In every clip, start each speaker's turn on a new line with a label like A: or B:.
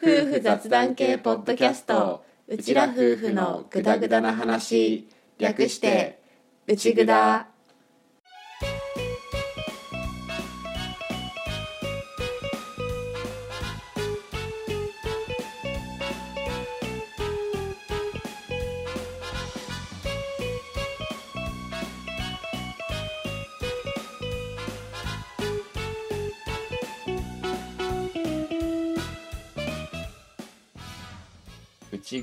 A: 夫婦雑談系ポッドキャストうちら夫婦のグダグダな話略してうちぐだ
B: 内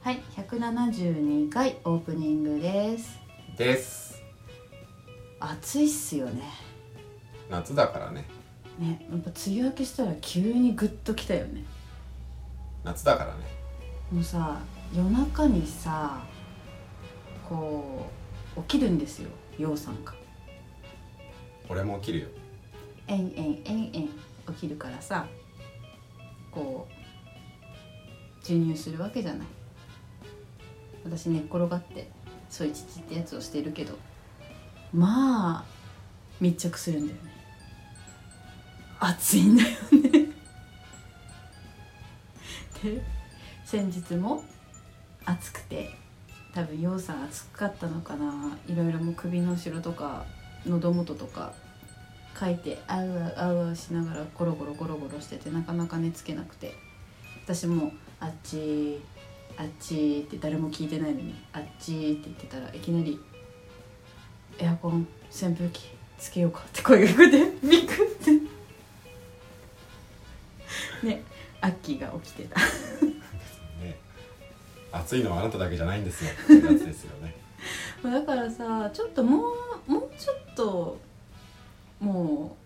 C: はい、172回オープニングです。
B: です
C: 暑いっすよね。
B: 夏だからね
C: ね、やっぱ梅雨明けしたら急にグッときたよね。
B: 夏だからね
C: もうさ、夜中にさ、こう起きるんですよ、ようさんが。
B: 俺も起きるよ
C: えんえんえんえん起きるからさ、こう授乳するわけじゃない。私寝っ転がってそういう父ってやつをしてるけど、まあ密着するんだよね。暑いんだよね。 で先日も暑くて多分陽さん暑かったのかないろいろもう首の後ろとか喉元とかかいてあうあうあうあうしながらゴロゴロゴロゴロしててなかなか寝つけなくて私もあっちあっちって誰も聞いてないのにあっちって言ってたらいきなり「エアコン扇風機つけようか」って声が聞こえて ビクってねアッキーが起きてた
B: ね暑いのはあなただけじゃないん ですよ夏ですよね
C: だからさちょっともうもうちょっとも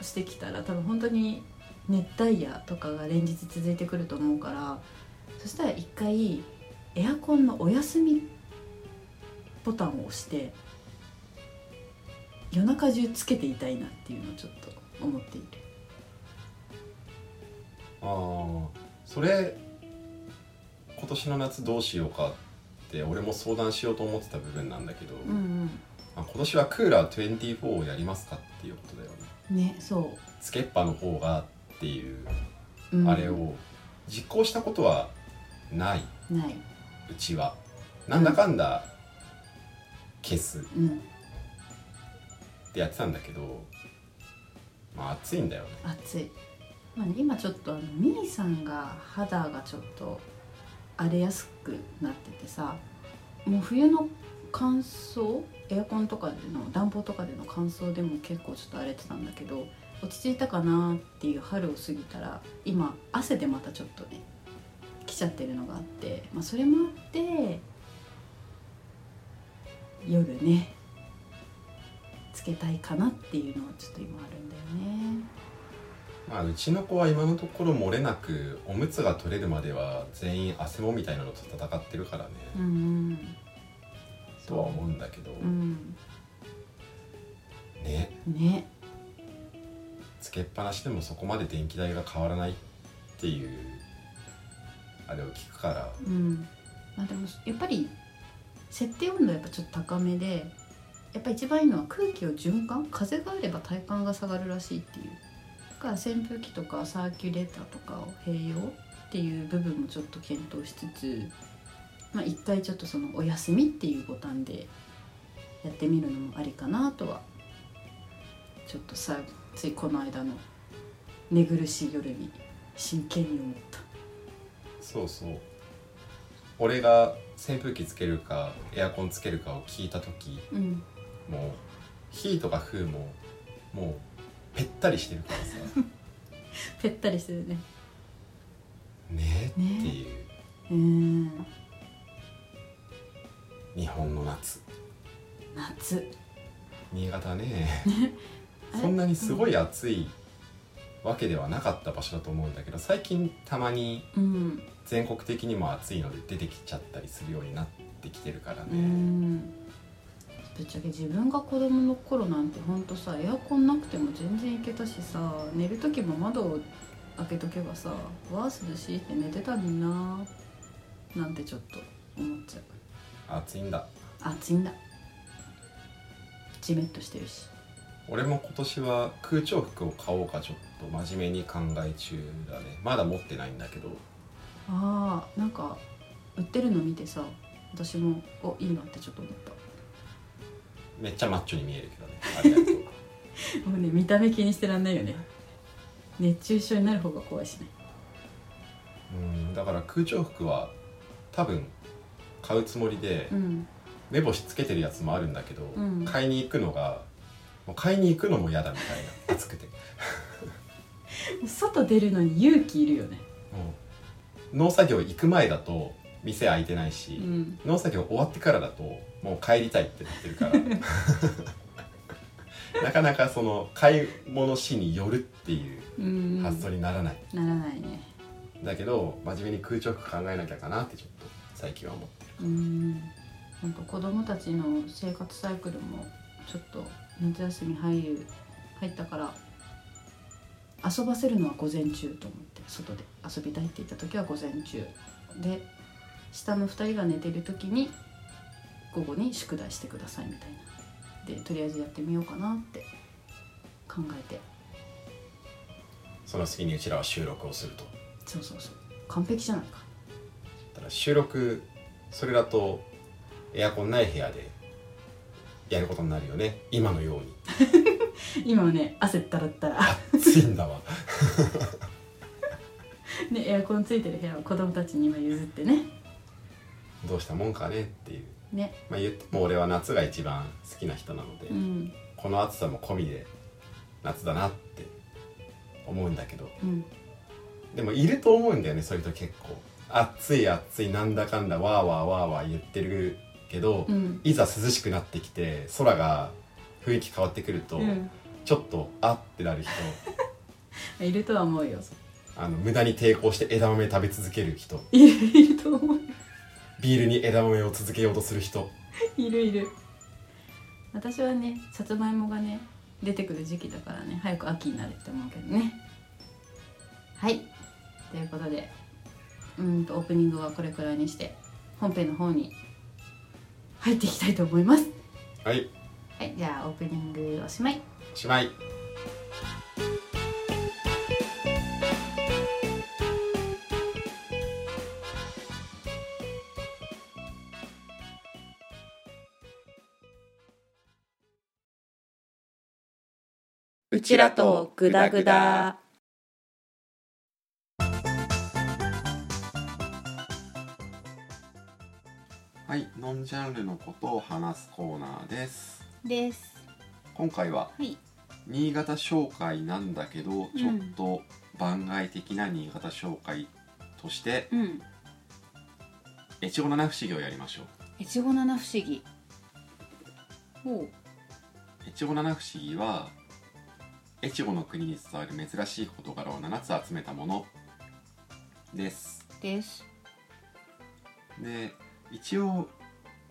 C: うしてきたら多分本当に熱帯夜とかが連日続いてくると思うからそしたら一回エアコンのお休みボタンを押して夜中中つけていたいなっていうのをちょっと思っている
B: ああそれ今年の夏どうしようかって俺も相談しようと思ってた部分なんだけど、
C: ん
B: まあ、今年はクーラー24をやりますかっていうことだよね
C: うんねそ
B: つけっぱの方がっていう
C: う、うん
B: あれを実行したことはない
C: ないう
B: ちはなんだかんだ消すっ
C: うん
B: てやってたんだけどまあ暑いんだよね
C: 暑い、まあね、今ちょっとあの兄さんが肌がちょっと荒れやすくなっててさもう冬の乾燥エアコンとかでの暖房とかでの乾燥でも結構ちょっと荒れてたんだけど落ち着いたかなっていう春を過ぎたら今汗でまたちょっとね来ちゃってるのがあって、まあ、それもあって夜ねつけたいかなっていうのはちょっと今あるんだよね。
B: まあ、うちの子は今のところ漏れなくおむつが取れるまでは全員汗もみたいなのと戦ってるからね、
C: うん
B: とは思うんだけど、
C: うん
B: ね
C: ね
B: つけっぱなしでもそこまで電気代が変わらないっていうあれを聞くから
C: うんまあでもやっぱり設定温度はやっぱちょっと高めでやっぱ一番いいのは空気を循環風があれば体感が下がるらしいっていうだから扇風機とかサーキュレーターとかを併用っていう部分もちょっと検討しつつまあ一回ちょっとそのお休みっていうボタンでやってみるのもありかなとはちょっとさついこの間の寝苦しい夜に真剣に思った。
B: そうそう俺が扇風機つけるかエアコンつけるかを聞いた時
C: うん
B: もうヒートか風ももうぺったりしてるからさ
C: ぺったりしてるね
B: ね
C: ね
B: っていう
C: うん
B: 日本の夏
C: 夏
B: 新潟ね
C: あれ
B: そんなにすごい暑いわけではなかった場所だと思うんだけど最近たまに
C: うん
B: 全国的にも暑いので出てきちゃったりするようになってきてるから
C: う
B: ね、
C: んぶっちゃけ自分が子供の頃なんてほんとさエアコンなくても全然いけたしさ寝る時も窓を開けとけばさわあ涼しいって寝てたのにななんてちょっと思っちゃう
B: 暑いんだ
C: 暑いんだジメッとしてるし
B: 俺も今年は空調服を買おうかちょっと真面目に考え中だねまだ持ってないんだけど
C: あーなんか売ってるの見てさ私もおいいなってちょっと思っ
B: めっちゃマッチョに見えるけどねありが とう
C: た もうね見た目気にしてらんないよね熱中症になる方が怖いしね
B: うんだから空調服は多分買うつもりで
C: うん
B: 目星つけてるやつもあるんだけど、
C: ん
B: 買いに行くのがもう買いに行くのも嫌だみたい な暑くて
C: 外出るのに勇気いるよね
B: もう農作業行く前だと店開いてないし、
C: うん
B: 農作業終わってからだともう帰りたいってなってる からなかなかその買い物しに寄るっていう
C: うん
B: 発想にならない、
C: ならないね
B: だけど真面目に空調服考えなきゃかなってちょっと最近は思ってる
C: うんほんと子供たちの生活サイクルもちょっと夏休み入る入ったから遊ばせるのは午前中と思って外で遊びたいって言った時は午前中で下の2人が寝てる時に午後に宿題してくださいみたいなでとりあえずやってみようかなって考えて
B: その次にうちらは収録をすると
C: そうそうそう完璧じゃないか
B: ただ収録それだとエアコンない部屋でやることになるよね今のように
C: 今はね汗ったらったら
B: 暑いんだわ
C: ね、エアコンついてる部屋を子供たちに今譲ってね
B: どうしたもんかねっていう
C: ね
B: まあ言っても俺は夏が一番好きな人なので、
C: うん
B: この暑さも込みで夏だなって思うんだけど
C: うん
B: でもいると思うんだよねそういう人結構暑い暑いなんだかんだわーわーわーわー言ってるけど、
C: うん
B: いざ涼しくなってきて空が雰囲気変わってくると、
C: うん
B: ちょっとあってなる人
C: いるとは思うよ
B: あの無駄に抵抗して枝豆食べ続ける人
C: いるいると思う
B: ビールに枝豆を続けようとする人
C: いるいる私はねさつまいもがね出てくる時期だからね早く秋になれって思うけどねはいということでうーんとオープニングはこれくらいにして本編の方に入っていきたいと思います
B: はい
C: はいじゃあオープニングおしまい
B: おしまい
A: うちらとグダグダ
B: はいノンジャンルのことを話すコーナーです
C: です
B: 今回は
C: はい
B: 新潟紹介なんだけど、
C: うん
B: ちょっと番外的な新潟紹介として
C: うん
B: 越後七不思議をやりましょう
C: 越後七不思議ほ
B: 越後七不思議は越後の国に伝わる珍しい事柄を7つ集めたものです
C: うです
B: で一応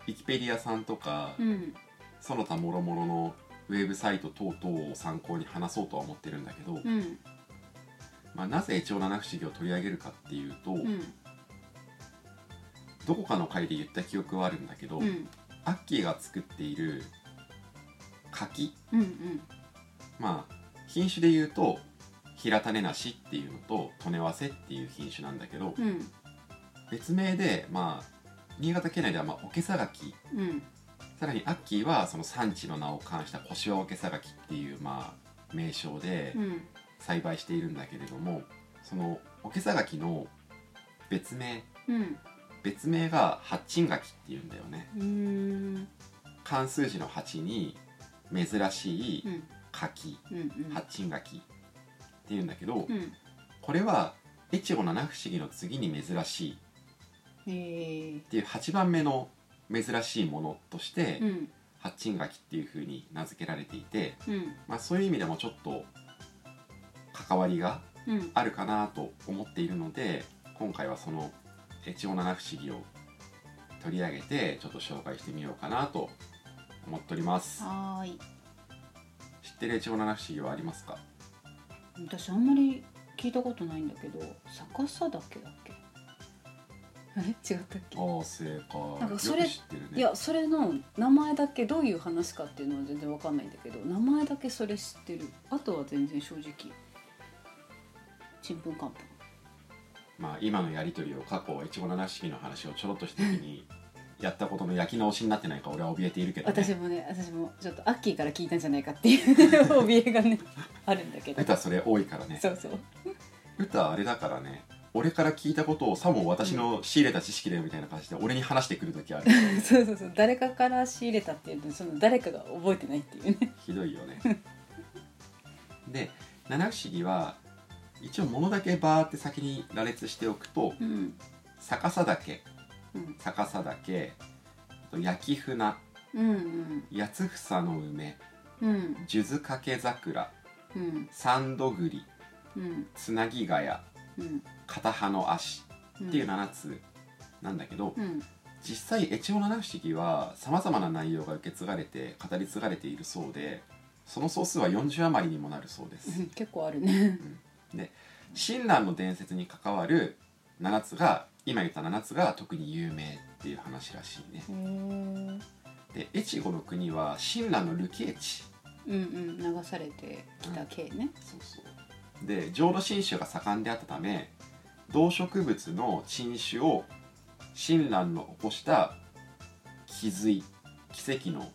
B: ウィキペディアさんとか、
C: うん
B: その他諸々のウェブサイト等々を参考に話そうとは思ってるんだけど、
C: うん
B: まあ、なぜ越後七不思議を取り上げるかっていうと、
C: うん
B: どこかの回で言った記憶はあるんだけど、
C: うん
B: アッキーが作っている柿
C: うんうん
B: まあ品種で言うと平種梨っていうのと利根早生っていう品種なんだけど、
C: うん
B: 別名でまあ新潟県内ではまあおけさがき
C: うん
B: さらにアッキーはその産地の名を冠した腰はおけさがきっていうまあ名称で
C: うん
B: 栽培しているんだけれどもそのおけさがきの別名
C: うん
B: 別名が八珍柿っていうんだよね
C: うーん
B: 漢数字の八に珍しい
C: うん
B: 柿、
C: うんうん
B: 八珍柿っていうんだけど、
C: うん
B: これは越後七不思議の次に珍しい
C: へえ
B: っていう8番目の珍しいものとして、
C: うん
B: 八珍柿っていう風に名付けられていて、
C: うん
B: まあ、そういう意味でもちょっと関わりが
C: うん
B: あるかなと思っているので今回はそのえ地方七不思議を取り上げてちょっと紹介してみようかなと思っております
C: はーい
B: 知ってる地方七不思議はありますか
C: 私あんまり聞いたことないんだけど逆さだけだっけあれ違ったっけ
B: ああ正解
C: なんかそれ
B: よく知ってるね
C: いやそれの名前だけどういう話かっていうのは全然わかんないんだけど名前だけそれ知ってるあとは全然正直ちんぷんかんぷん
B: まあ、今のやり取りを過去越後七不思議の話をちょろっとした時にやったことの焼き直しになってないか俺は怯えているけど、ね、
C: 私もね私もちょっとアッキーから聞いたんじゃないかっていう 怯えがねあるんだけど
B: 歌それ多いからね
C: そうそう
B: 歌あれだからね俺から聞いたことをさも私の仕入れた知識だよみたいな感じで俺に話してく る時ある
C: そうそうそう誰かから仕入れたっていうのその誰かが覚えてないっていうね
B: ひどいよねで七不思議は一応物だけバーって先に羅列しておくと
C: うん
B: 逆さだけ
C: うん
B: 逆さだけ焼き船
C: うん
B: 八つ房の梅
C: うん
B: 数珠掛け桜
C: うん
B: 三度栗
C: うん
B: つなぎがや
C: うん
B: 片葉の足
C: うん
B: っていう7つなんだけど、
C: うん
B: 実際越後七不思議はさまざまな内容が受け継がれて語り継がれているそうでその総数は40余りにもなるそうで
C: う
B: す
C: ん結構あるね
B: 親鸞の伝説に関わる7つが今言った7つが特に有名っていう話らしいね
C: へえうん
B: で越後の国は親鸞の流刑地
C: うん流されてきた系ね
B: そうそうで浄土真宗が盛んであったため動植物の珍種を親鸞の起こした気づい奇跡の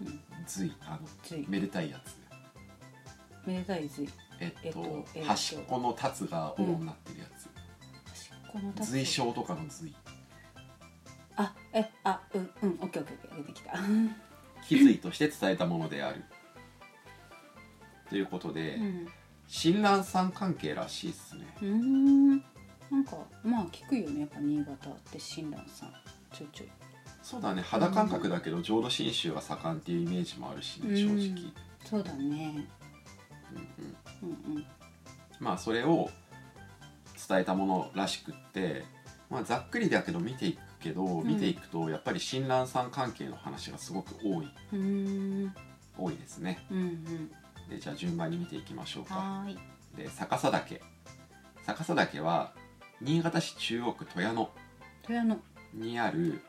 C: うん
B: 隋あの
C: つい
B: めでたいやつ
C: めでたいずい
B: えっと,、
C: えっとえっと
B: 端っこの立つが王になってるやつ、
C: 端っこの立つ
B: 隋将とかの隋
C: あえあうんうんオッケーオッケーオッケー出てきた
B: 気づいとして伝えたものであるということで、
C: うん
B: 親鸞さん関係らしいっすね
C: うーんなんかまあ聞くよねやっぱ新潟って親鸞さんちょいちょい
B: そうだね肌感覚だけど浄土真宗が盛んっていうイメージもあるしね、正
C: う
B: 直
C: ん、そうだね
B: うんうん、
C: うんうん
B: まあそれを伝えたものらしくって、まあ、ざっくりだけど見ていくけど、
C: ん
B: 見ていくとやっぱり親鸞さん関係の話がすごく多いう
C: ーん
B: 多いですね
C: うんうん
B: でじゃあ順番に見ていきましょうか
C: はーい
B: で逆さ岳逆さ岳は新潟市中央区戸谷野
C: 富山の
B: にある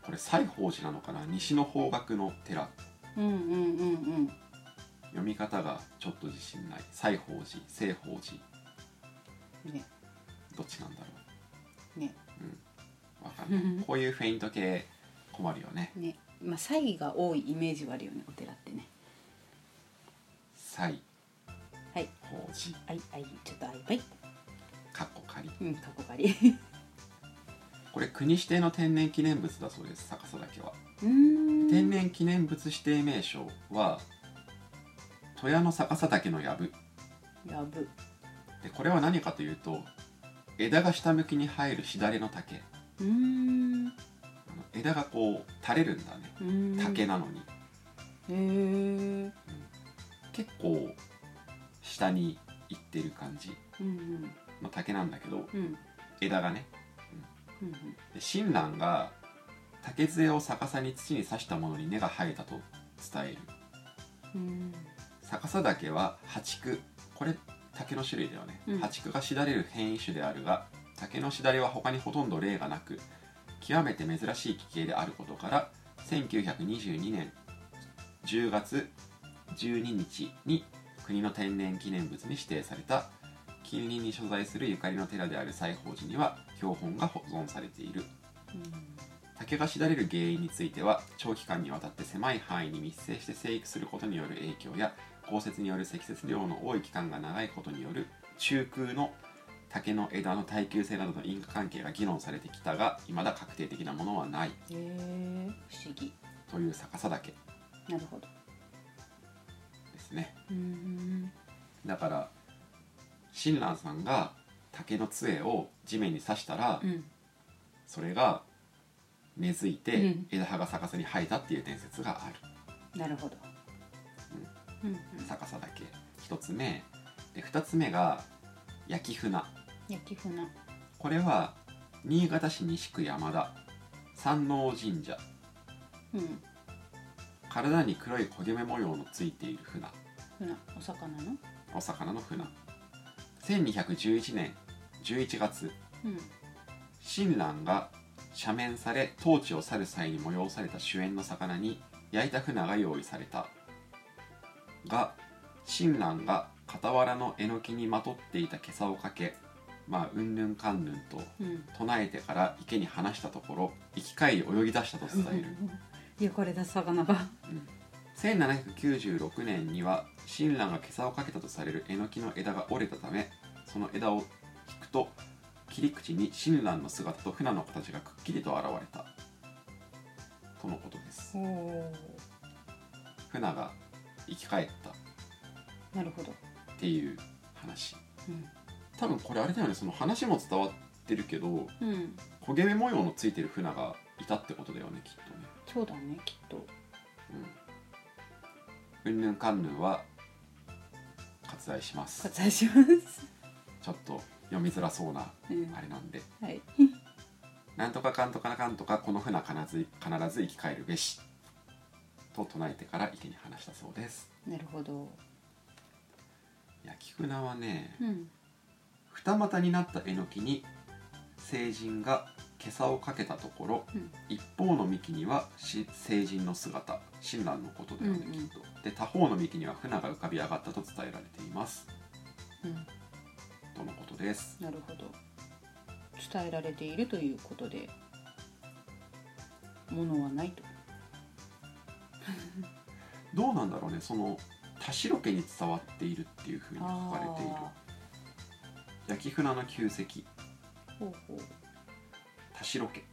B: これ西宝寺なのかな西の方角の寺
C: うんうんうんうん
B: 読み方がちょっと自信ない西宝寺西宝寺
C: ね
B: どっちなんだろ
C: ね
B: うわかんないこういうフェイント系困るよね
C: ねまあ詐欺が多いイメージはあるよねお寺ってね
B: 西
C: はい
B: 法寺
C: あいあいちょっとあいばい
B: かっこ仮
C: うん過去狩り
B: これ国指定の天然記念物だそうです逆さ岳は
C: うーん
B: 天然記念物指定名称は富谷の逆さ岳の藪
C: やぶ
B: でこれは何かというと枝が下向きに生えるしだれの竹
C: うーんう
B: あの枝がこう垂れるんだね
C: ーん
B: 竹なのに、
C: へえ
B: 結構下に行ってる感じ
C: うんうん
B: の竹なんだけど
C: うん
B: 枝がね
C: うん
B: で親鸞が竹杖を逆さに土に刺したものに根が生えたと伝える
C: うん
B: 逆さ岳は八竹これ竹の種類だよね、
C: うん
B: 八竹がしだれる変異種であるが竹のしだれは他にほとんど例がなく極めて珍しい奇形であることから1922年10月12日に国の天然記念物に指定された近隣に所在するゆかりの寺である西宝寺には標本が保存されている竹がしだれる原因については長期間にわたって狭い範囲に密生して生育することによる影響や降雪による積雪量の多い期間が長いことによる中空の竹の枝の耐久性などの因果関係が議論されてきたが未だ確定的なものはない
C: へえ不思議
B: という逆さ岳
C: なるほど
B: ですね
C: うん
B: だから親鸞さんが竹の杖を地面に刺したら、
C: うん
B: それが根付いうて
C: ん
B: 枝葉が逆さに生えたっていう伝説がある
C: なるほどうんうん
B: 逆さ岳1つ目で2つ目が焼き船
C: 焼き船
B: これは新潟市西区山田山王神社
C: うん
B: 体に黒い焦げ目模様のついている船
C: 船お魚の
B: お魚の船1211年11月
C: うん
B: 親鸞が赦免され統治を去る際に催された酒宴の魚に焼いた船が用意されたが親鸞が傍らのえのきにまとっていた袈裟をかけまあうんぬんかんぬんと
C: うん
B: 唱えてから池に放したところ生き返り泳ぎ出したと伝える
C: 汚れた魚が
B: 1796年には親鸞が袈裟をかけたとされるえのきの枝が折れたためその枝を引くと切り口に親鸞の姿と船の形がくっきりと現れたとのことです
C: おお
B: 船が生き返ったっ
C: なるほど、
B: ていう話
C: うん
B: 多分これあれだよねその話も伝わってるけど
C: うん、
B: 焦げ目模様のついてる船がいたってことだよねきっとね
C: そうだねきっ と
B: うんうんぬんかんぬんは割愛します
C: 割愛します、
B: ちょっと読みづらそうな
C: うん
B: あれなんで
C: はい
B: なんとかかんとかなかんとかこの船必ず必ず生き返るべしと唱えてから池に放したそうです
C: なるほど
B: 焼き船はね
C: うん
B: 二股になったえのきに成人が袈裟をかけたところ、
C: うん
B: 一方の幹にはし成人の姿親鸞のことだよね、
C: うんうん
B: きっとで他方の幹には船が浮かび上がったと伝えられています
C: うん
B: とのことです
C: なるほど伝えられているということでものはないと
B: どうなんだろうねその田代家に伝わっているっていうふうに書かれている
C: あ
B: 焼き船の旧跡
C: ーほうほう
B: 田代家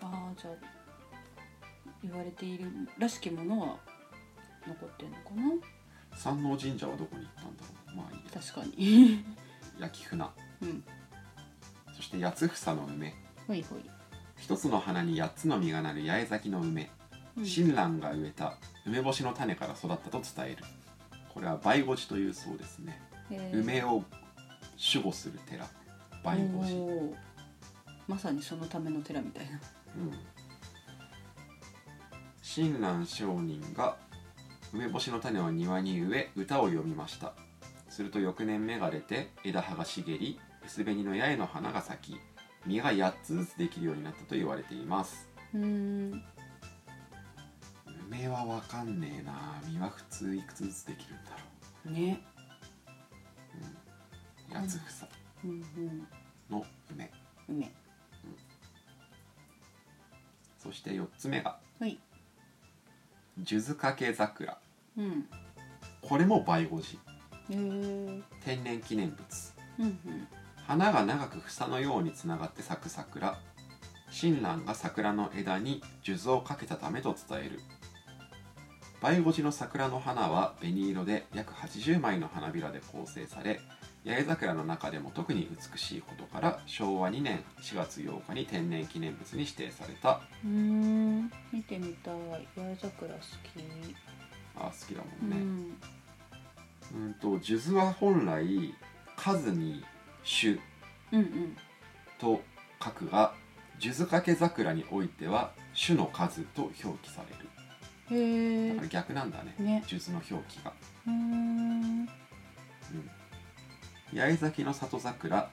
C: ああじゃあ言われているらしきものは残ってるのかな
B: 山王神社はどこに行ったんだろうまあいいや
C: 確かに
B: 焼き船
C: うん
B: そして八つ房の梅
C: ほいほい、
B: 一つの花に八つの実がなる八重咲きの梅
C: うん、
B: 親鸞が植えた梅干しの種から育ったと伝えるこれは梅越しというそうですね
C: えー
B: 梅を守護する寺梅越し
C: おーまさにそのための寺みたいな
B: うん親鸞上人が梅干しの種を庭に植え歌を読みましたすると翌年芽が出て枝葉が茂り薄紅の八重の花が咲き実が8つずつできるようになったと言われています
C: うーん
B: 梅はわかんねえな実は普通いくつずつできるんだろ
C: ね
B: う八つ房
C: うんうん
B: の梅
C: 梅
B: そして4つ目が
C: はい
B: 数珠掛け桜
C: うん
B: これも梅護寺
C: へえー、
B: 天然記念物
C: うんうん
B: 花が長く房のようにつながって咲く桜親鸞が桜の枝に数珠をかけたためと伝える梅越の桜の花は紅色で約80枚の花びらで構成され八重桜の中でも特に美しいことから昭和2年4月8日に天然記念物に指定された
C: うーん見てみたい八重桜好き、
B: あ好きだも
C: うん
B: ね、
C: ん
B: うん、と数珠は本来数に種
C: うんうん
B: と書くが数珠掛け桜においては種の数と表記される
C: へえ
B: だか
C: ー
B: ら逆なんだね
C: ね
B: 数珠の表記が、
C: うーん
B: 八重咲きの里桜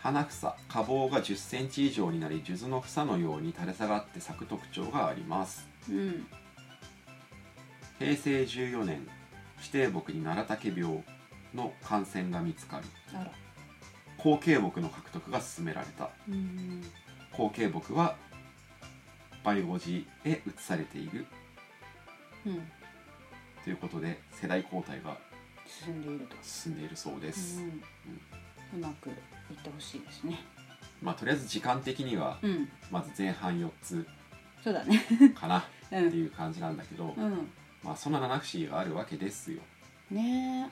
B: 花房花房が1 0ンチ以上になり数珠の房のように垂れ下がって咲く特徴があります
C: うん
B: 平成14年指定木に奈良竹病の感染が見つかり
C: あら
B: 後継木の獲得が進められた
C: うん
B: 後継木は梅護寺へ移されている
C: うん
B: ということで世代交代が
C: 進んでいると
B: 進んでいるそうです、
C: うんうまくいってほしいですね
B: まあとりあえず時間的には
C: うん
B: まず前半4つ
C: そうだね
B: かな
C: う
B: って
C: ん
B: いう感じなんだけど、
C: うん
B: まあそんな七不思議があるわけですよ
C: ね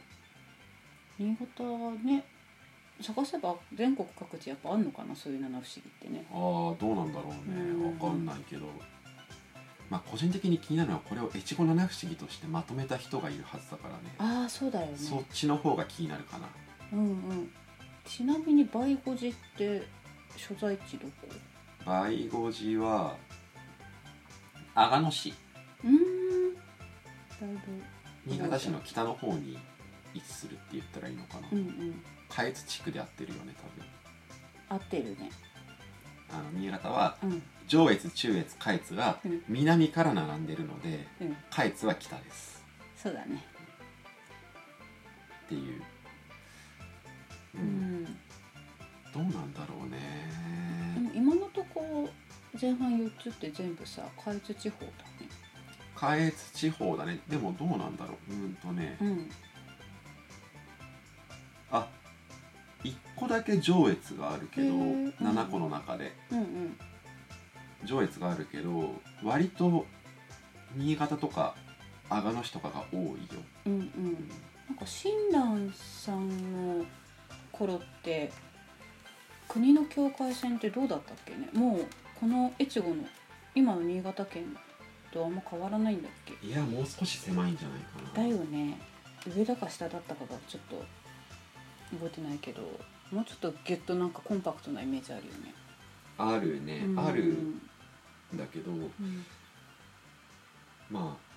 C: え新潟はね探せば全国各地やっぱあんのかなそういう七不思議ってね
B: ああどうなんだろうね
C: うん
B: わかんないけどまあ個人的に気になるのはこれを越後七不思議としてまとめた人がいるはずだからね
C: ああそうだよね
B: そっちの方が気になるかな
C: うんうんちなみに梅語寺って所在地どこ
B: 梅護寺は阿賀野市
C: うーんだい
B: 新潟市の北の方に位置するって言ったらいいのかな
C: ぶうんうん
B: 下越地区で合ってるよね
C: 合ってるね
B: 多分あの新潟は
C: うん
B: 上越中越下越が
C: うん
B: 南から並んでるので
C: うん
B: 下越は北です
C: そうだね
B: っていう、う
C: うんん、
B: どうなんだろう
C: で
B: ね
C: も今のとこ前半4つって全部さ下越地方だね
B: 下越地方だねでもどうなんだろううーんとね
C: うん
B: あ一個だけ上越があるけ
C: へ
B: ど
C: ー
B: 7個の中で
C: うんうん
B: 上越があるけど割と新潟とか阿賀野市とかが多いよ、
C: うんうんなんか親鸞さんの頃って国の境界線ってどうだったっけねもうこの越後の今の新潟県とあんま変わらないんだっけ
B: いやもう少し狭いんじゃないか
C: だ
B: な
C: よね上だか下だったかがちょっと覚えてないけどもうちょっとギュッとなんかコンパクトなイメージあるよね。
B: あるね、
C: うん
B: あるんだけど
C: うん
B: まあ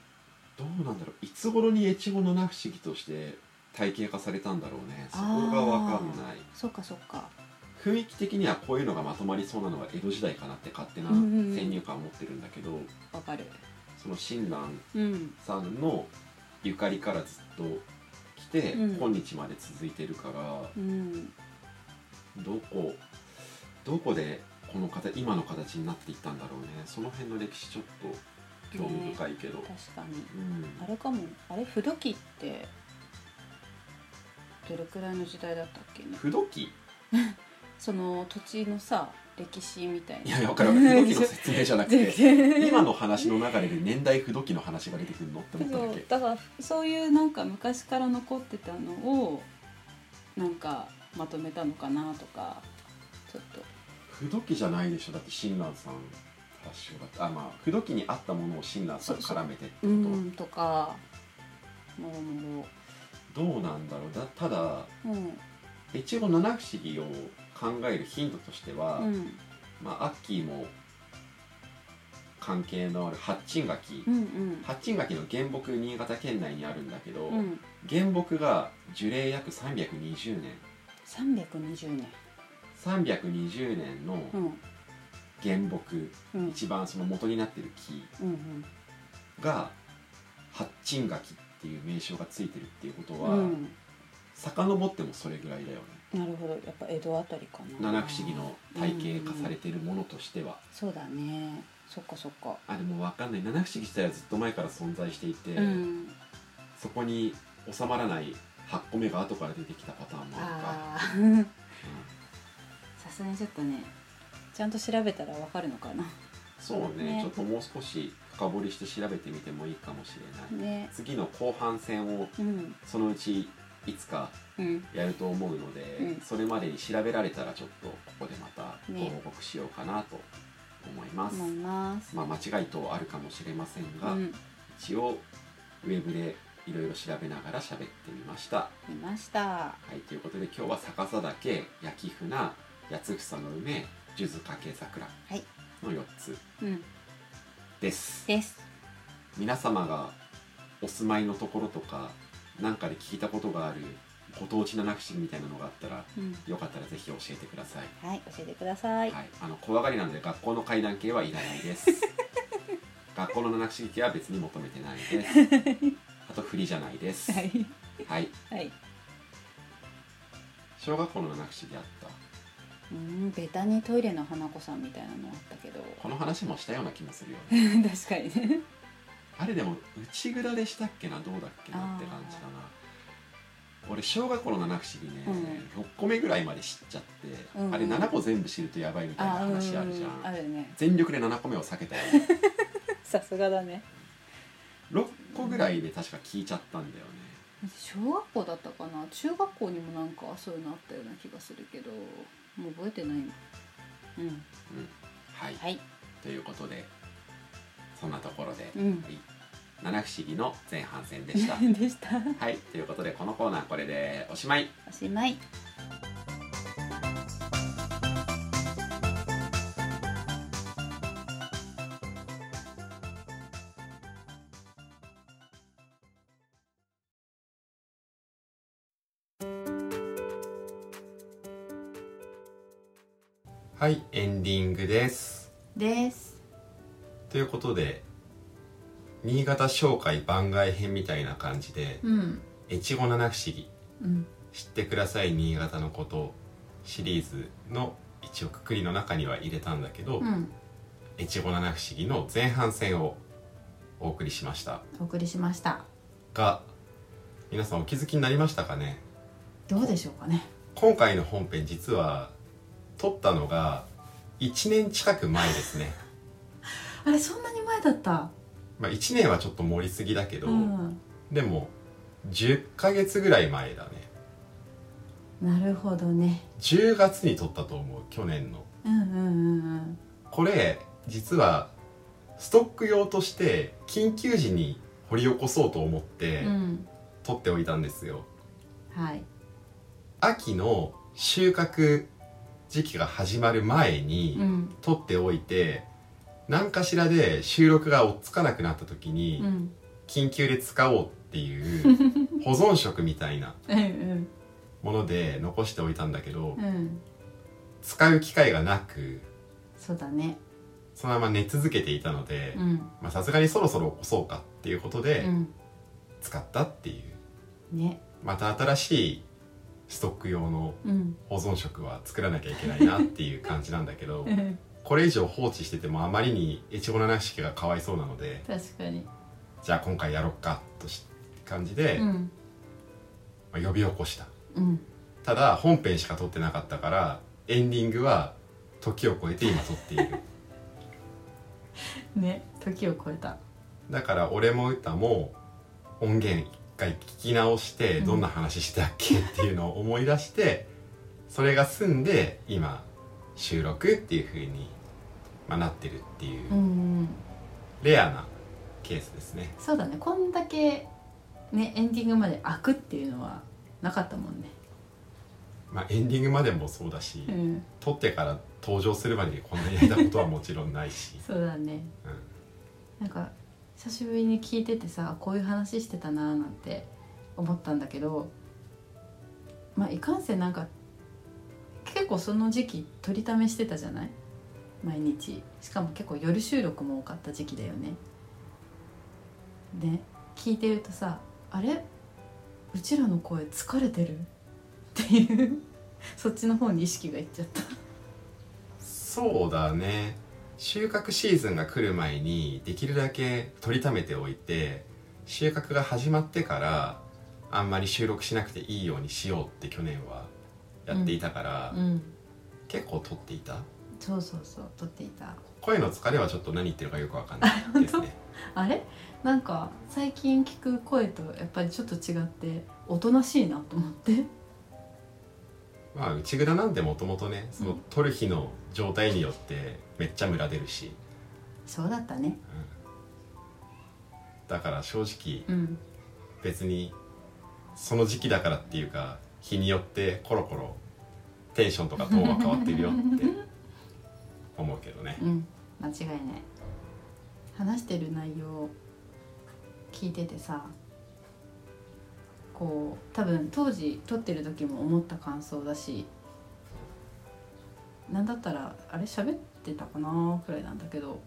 B: どうなんだろういつ頃に越後の七不思議として体系化されたんだろうねそこが分かんない
C: そっかそっか。
B: 雰囲気的にはこういうのがまとまりそうなのは江戸時代かなって勝手な
C: うんうんうん
B: 先入観を持ってるんだけど、
C: わかる。
B: その親鸞
C: うん。
B: さんのゆかりからずっと来て、
C: うん
B: 今日まで続いてるから
C: うん。
B: どこどこでこの形今の形になっていったんだろうねその辺の歴史ちょっと興味深いけど、
C: 確かに。
B: うん
C: あれかも。あれ不土器ってどれくらいの時代だったっけね。
B: 不土器
C: その土地のさ歴史みたい
B: い
C: な。
B: やいや分かる分かる 不土器の説明じゃなくて今
C: 今
B: の話の流れで年代不土器の話が出てくるのって思っただ
C: そう
B: け
C: だからそういうなんか昔から残ってたのをなんかまとめたのかなとかちょっと
B: 不土器じゃないでしょだって親鸞さん発祥だってあまあ不土器にあったものを親鸞さん絡めてってこと
C: うんとかもろも
B: どうなんだろうだただ
C: ろうん
B: 越後七不思議を考えるヒントとしては、
C: うん
B: まあ、アッキーも関係のある八珍柿、
C: うんうん
B: 八珍柿の原木新潟県内にあるんだけど、
C: うん
B: 原木が樹齢約320年
C: 320年
B: 320年の
C: うん
B: 原木、
C: うん
B: 一番その元になってる木
C: うんうん
B: が八珍柿っていう名称がついてるっていうことは、
C: うん
B: 遡ってもそれぐらいだよね
C: なるほどやっぱ江戸あたりかな
B: 七不思議の体系化されてるものとしては、
C: そうだねそっかそっか
B: あでも分かんない七不思議自体はずっと前から存在していて、
C: うん
B: そこに収まらない8個目が後から出てきたパターンもあるか、
C: ああ
B: う
C: さすがにちょっとねちゃんと調べたらわかるのかなん
B: そうね
C: ね
B: ちょっともう少し深掘りして調べてみてもいいかもしれない、
C: ね
B: 次の後半戦を
C: うん
B: そのうちいつか
C: うん
B: やると思うので、
C: うん
B: それまでに調べられたらちょっとここでまたご
C: ね
B: 報告しようかなと思います、
C: 思います
B: まあ、間違い等あるかもしれません
C: う
B: が、
C: ん
B: 一応ウェブでいろいろ調べながら喋ってみました
C: いました
B: はい、ということで今日は逆さ岳、焼き船、八房の梅、数珠掛け桜
C: はい
B: の4つ
C: うん
B: です。
C: です
B: 皆様がお住まいのところとか、なんかで聞いたことがあるご当地七不思議みたいなのがあったら、
C: うん
B: よかったらぜひ教えてください。
C: はい教えてください
B: はい、あの怖がりなので学校の階段系はいらな いです。学校の七不思議系は別に求めてないです。あと振りじゃないです。
C: はい
B: はい、
C: はい
B: 小学校の七不思議あった。
C: うんベタにトイレの花子さんみたいなのあったけど
B: この話もしたような気もするよ ね。
C: 確かにね
B: あれでも内蔵でしたっけなどうだっけなって感じだな俺小学校の七不思議ね、6個目ぐらいまで知っちゃって、
C: うん
B: あれ7個全部知るとやばいみたい な
C: あー
B: 話あるじゃん
C: う、んあるね
B: 全力で7個目を避けたよ
C: さすがだね
B: 6個ぐらいで確か聞いちゃったんだよね
C: 小学校だったかな中学校にもなんかそういうのあったような気がするけどもう覚えてないなうん
B: うんはい、
C: はい
B: ということでそんなところで、
D: うん
B: 七不思議の前半戦で した。
D: でした
B: はい、ということでこのコーナーこれでおしまい。
D: おしまい
B: はい、エンディングです。
C: です
B: ということで、新潟紹介番外編みたいな感じで、
C: うん
B: 越後七不思議
C: うん
B: 知ってください新潟のことシリーズの一応くくりの中には入れたんだけど、
C: うん
B: 越後七不思議の前半戦をお送りしました
C: お送りしました
B: が皆さんお気づきになりましたかね
C: どうでしょうかね
B: 今回の本編実は撮ったのが1年近く前ですね
C: あれそんなに前だった
B: まあ1年はちょっと盛りすぎだけど、
C: うん
B: でも10ヶ月ぐらい前だね
C: なるほどね
B: 10月に撮ったと思う去年の
C: うんうんうん
B: これ実はストック用として緊急時に掘り起こそうと思って
C: うんうん
B: 取っておいたんですよ、
C: はい
B: 秋の収穫時期が始まる前
C: う
B: に
C: ん
B: 取っておいて、何かしらで収録が追っつかなくなった時
C: う
B: に
C: ん
B: 緊急で使おうっていう 保存食みたいな
C: うんうん
B: もので残しておいたんだけど
C: うん
B: 使う機会がなく
C: そうだね
B: そのまま寝続けていたので
C: うん
B: まあさすがにそろそろ起こそうかっていうことで、
C: うん
B: 使ったっていう
C: ね
B: また新しいストック用の
C: うん
B: 保存食は作らなきゃいけないなっていう感じなんだけどこれ以上放置しててもあまりに越後七不思議がかわいそうなので
C: 確かに
B: じゃあ今回やろっかとし感じで、
C: う
B: ま
C: ん
B: あ呼び起こした
C: うん
B: ただ本編しか撮ってなかったからエンディングは時を超えて今撮っ ている
C: ね時を超えた
B: だから俺も歌も音源一回聞き直して
C: うん
B: どんな話してたっけっていうのを思い出してそれが済んで今収録っていう風にまあなってるっていううん
C: うん
B: レアなケースですね
C: そうだねこんだけねエンディングまで開くっていうのはなかったもんね
B: まあエンディングまでもそうだし
C: うん
B: 撮ってから登場するまでにこんなにやったことはもちろんないし
C: そうだね
B: うん
C: なんか久しぶりに聞いててさこういう話してたなーなんて思ったんだけどまあいかんせんなんか結構その時期取りためしてたじゃない毎日しかも結構夜収録も多かった時期だよねで聞いてるとさ「あれうちらの声疲れてる?」っていうそっちの方に意識がいっちゃった
B: そうだね収穫シーズンが来る前にできるだけ取りためておいて収穫が始まってからあんまり収録しなくていいようにしようって去年はやっていたから、
C: うん
B: 結構取っていた
C: そうそうそう撮っていた
B: 声の疲れはちょっと何言ってるかよくわかんないですね
C: あれなんか最近聞く声とやっぱりちょっと違っておとなしいなと思って
B: まあ内蔵なんてもともとねその
C: うん
B: 取る日の状態によってめっちゃムラ出るし、
C: そうだったね
B: うんだから正直
C: うん
B: 別にその時期だからっていうか日によってコロコロテンションとかトーンは変わってるよ って思うけどね
C: うん間違いない話してる内容聞いててさこう多分当時撮ってる時も思った感想だしなんだったらあれ喋ってたかなくらいなんだけど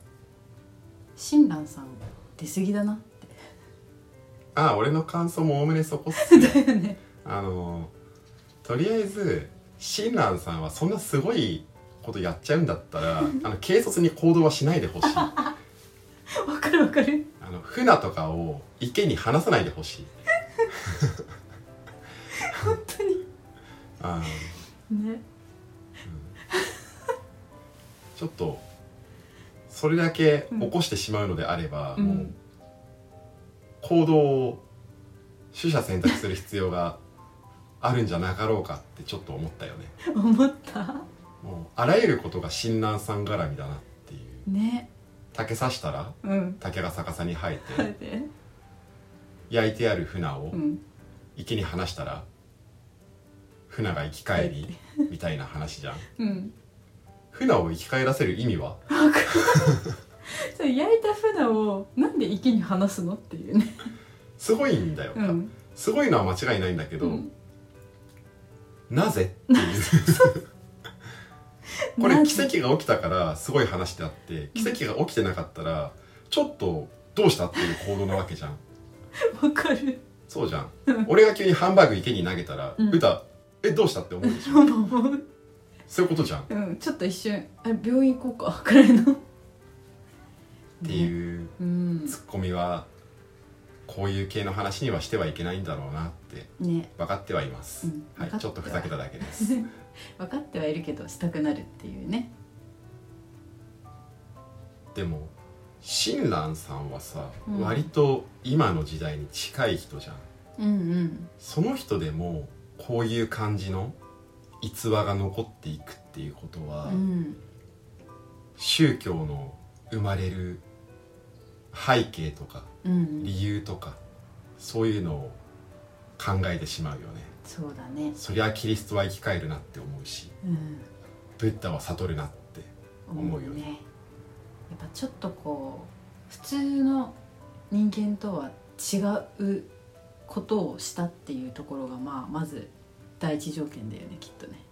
C: 親鸞さん出過ぎだなって
B: ああ俺の感想もおおむねそこっ す
C: だよね
B: あのとりあえず親鸞さんはそんなすごいことやっちゃうんだっ たらあの軽率に行動はしないでほしいあ
C: わかるわかる
B: の船とかを池に放さないでほしい
C: 本当に
B: あの
C: ね
B: ちょっとそれだけ起こしてしまうのであれば、
C: うん
B: もう行動を取捨選択する必要があるんじゃなかろうかってちょっと思ったよね
C: 思った
B: もうあらゆることが親鸞さん絡みだなっていう
C: ね
B: 竹刺したら
C: うん
B: 竹が逆さに生え
C: それ
B: て
C: で
B: 焼いてある船を
C: うん
B: 池に放したら船が生き返りみたいな話じゃん
C: うん
B: 船を生き返らせる意味は
C: それ焼いた船をなんで池に放すのっていうね
B: すごいんだよ、
C: うん
B: すごいのは間違いないんだけど、
C: うん
B: なぜっていうこれ
C: なぜ
B: 奇跡が起きたからすごい話であって奇跡が起きてなかったらちょっとどうしたっていう行動なわけじゃん
C: わかる
B: そうじゃん俺が急にハンバーグ池に投げたら
C: うん
B: 歌、えどうしたって思うでしょ
C: う
B: そういうことじゃんっ
C: んちょっと一瞬あ病院行こうかくらいのって
B: いう
C: うん
B: ツッコミはこういう系の話にはしてはいけないんだろうなって
C: ね
B: 分かってはいます、
C: うん
B: はい
C: 分かっては
B: ちょっとふざけただけです
C: 分かってはいるけどしたくなるっていうね
B: でも親鸞さんはさ、
C: うん
B: 割と今の時代に近い人じゃん
C: うん
B: その人でもこういう感じの逸話が残っていくっていうことは、
C: うんうん
B: 宗教の生まれる背景とか
C: うん
B: 理由とかそういうのを考えてしまうよね
C: そうだね
B: そりゃキリストは生き返るなって思うし
C: うん
B: ブッダは悟るなって思うよね
C: やっぱちょっとこう普通の人間とは違うことをしたっていうところがまあまず第一条件だよねきっとね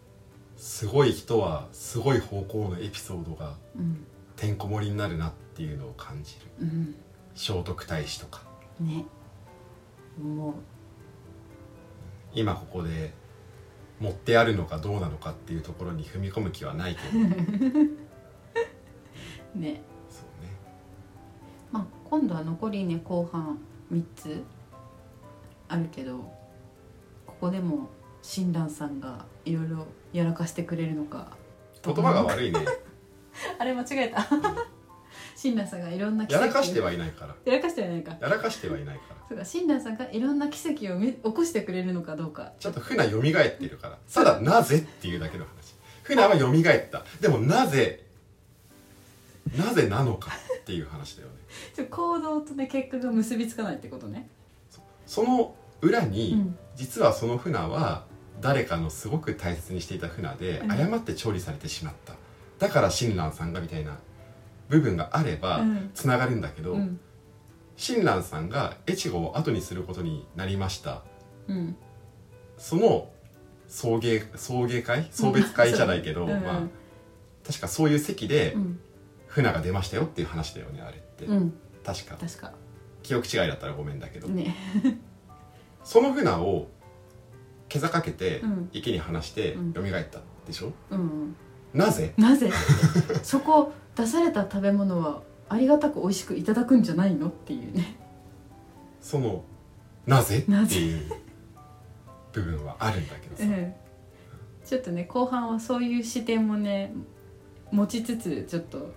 B: すごい人はすごい方向のエピソードが
C: うん
B: てんこ盛りになるなっていうのを感じる
C: うん
B: 聖徳太子とか
C: ねもう
B: 今ここで持ってあるのかどうなのかっていうところに踏み込む気はないけ どそうね
C: ねまあ今度は残りね後半3つあるけどここでも親鸞さんがいろいろやらかしてくれるのか
B: 言葉が悪いね
C: あれ間違えた 親鸞さんがいろんな
B: やらかして
C: は
B: はいないから
C: やらかしてはないか
B: やらかしてはいないから
C: そうか親鸞さんがいろんな奇跡をみ起こしてくれるのかどうか
B: ちょっと船蘇ってるからただなぜっていうだけの話船は蘇ったでもなぜなぜなのかっていう話だよね
C: ちょ行動とね結果が結びつかないってことね
B: その裏
C: う
B: に、
C: ん
B: 実はその船は誰かのすごく大切にしていた船で
C: うん
B: 誤って調理されてしまっただから親鸞さんがみたいな部分があれば
C: うん
B: つながるんだけど、
C: うん
B: 親鸞さんが越後を後にすることになりました
C: うん
B: その送迎送迎会送別会じゃないけ ど、
C: うんうん
B: まあ、確かそういう席で
C: うん
B: 船が出ましたよっていう話だよねあれって、
C: うん
B: 確か
C: 確か
B: 記憶違いだったらごめんだけど、
C: ね
B: その船をけざかけて
C: うん
B: 池に放して
C: うん
B: 蘇ったでしょ、
C: うんうん
B: なぜ
C: なぜそこ出された食べ物はありがたく美味しくいただくんじゃないのっていうね
B: そのなぜ
C: な
B: っ
C: ぜ
B: ていう部分はあるんだけど さ、
C: うんちょっとね後半はそういう視点もね持ちつつちょっと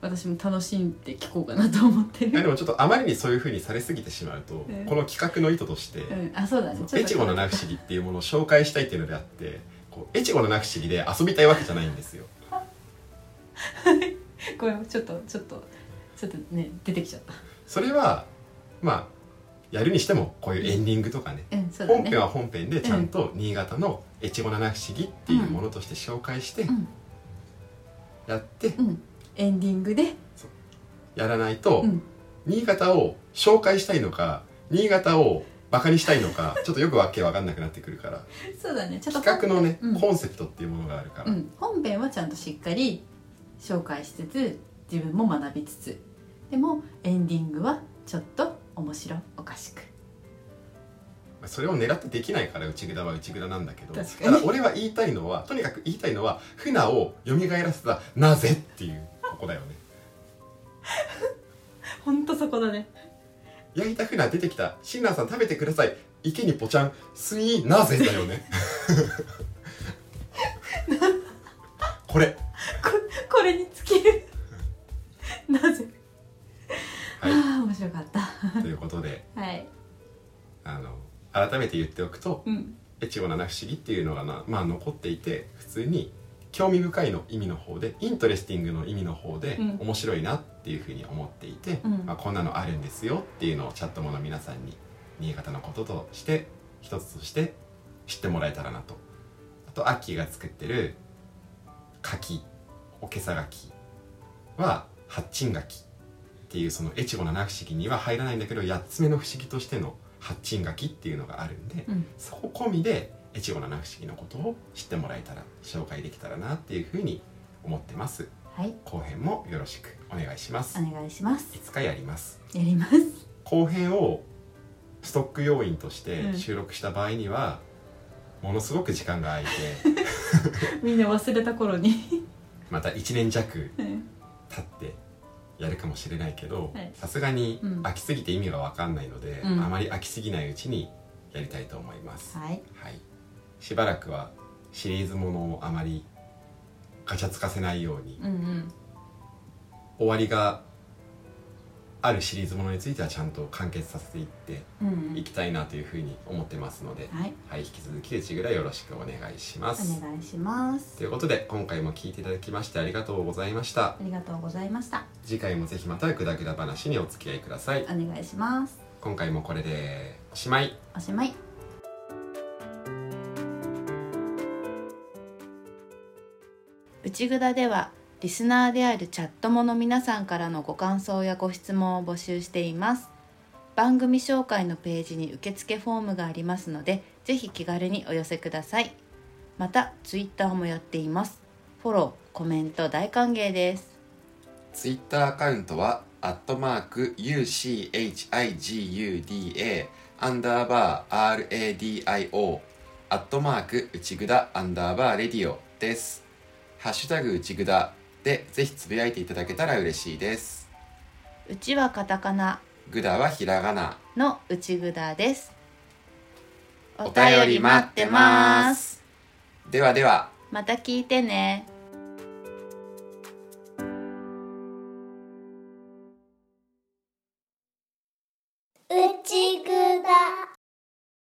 C: 私も楽しんで聞こうかなと思って
B: いやで
C: る、
B: もちょっとあまりにそういうふうにされすぎてしまうと、
C: うん
B: この企画の意図として
C: う、ん、あそうだね
B: そう越後の七不思議っていうものを紹介したいっていうのであってこう越後の七不思議で遊びたいわけじゃないんですよ
C: これもちょっとちょっとちょっとね出てきちゃっ
B: それはまあやるにしてもこういうエンディングとかね、
C: たうんそうだ
B: 本
C: ね
B: 編は本編でちゃんと新潟の越後七不思議っていうものとして紹介して
C: うん
B: やって、
C: うんエンディングで
B: やらないと、
C: うん
B: 新潟を紹介したいのか新潟をバカにしたいのかちょっとよくわけわかんなくなってくるから
C: そうだねちょっと
B: 企画のね、
C: うん
B: コンセプトっていうものがあるから、
C: うん、本編はちゃんとしっかり紹介しつつ自分も学びつつでもエンディングはちょっと面白おかしく
B: それを狙ってできないから内札は内札なんだけど
C: 確か
B: た
C: に
B: だ俺は言いたいのはとにかく言いたいのは船を蘇らせたなぜっていうここだよね
C: ほんとそこだね
B: 焼いた船出てきた親鸞さん食べてください池にぽちゃんすいなぜだ よねこれ
C: ここれに尽き るなぜ、
B: はい
C: ああ面白かった
B: ということで
C: はい
B: あの改めて言っておくと
C: うん
B: 越後七不思議っていうのがな、まあ、残っていて普通に興味深いの意味の方でイントレスティングの意味の方で、
C: うん
B: 面白いなっっていうふうに思っていて、
D: うん
B: まあ、こんなのあるんですよっていうのをチャットもの皆さんに新潟のこととして一つとして知ってもらえたらなとあとアッキーが作ってる柿おけさ柿は八珍柿っていうその越後七不思議には入らないんだけど8つ目の不思議としての八珍柿っていうのがあるんで、
C: うん
B: そこ込みで越後七不思議のことを知ってもらえたら紹介できたらなっていうふうに思ってます
C: はい
B: 後編もよろしくお願いします
C: お願いします
B: いつかやります
C: やります
B: 後編をストック要員として
C: うん
B: 収録した場合には、ものすごく時間が空いて
C: みんな忘れた頃に
B: また1年弱
C: うん
B: 経ってやるかもしれないけど
C: はい
B: さすがに
C: うん
B: 飽きすぎて意味が分かんないので、
C: うん
B: あまり飽きすぎないうちにやりたいと思います、
C: はい
B: はい、しばらくはシリーズものをあまりガチャつかせないように
C: うんうん
B: 終わりがあるシリーズものについてはちゃんと完結させていって
C: うんう
B: い
C: ん
B: きたいなというふうに思ってますので、
C: はい
B: はい、引き続きうちぐらよろしくお願いします
C: お。願いします
B: ということで今回も聞いていただきましてありがとうございました
C: ありがとうございました
B: 次回もぜひまたグダグダ話にお付き合いください
C: お願いします
B: 今回もこれでおしまい
C: おしまい
A: 内ぐだではリスナーであるチャットもの皆さんからのご感想やご質問を募集しています番組紹介のページに受付フォームがありますのでぜひ気軽にお寄せくださいまたツイッターもやっていますフォロー、コメント大歓迎です
B: ツイッターアカウントは、アットマーク UCHIGUDA アンダーバー RADIO アットマーク内ぐだアンダーバーレディオです。ハッシュタグ内ぐだでぜひつぶやいていただけたら嬉しいです。
A: うちはカタカナ
B: ぐだはひらがな。
A: の内ぐだです
B: お便り待ってます。ではでは。
A: また聞いてね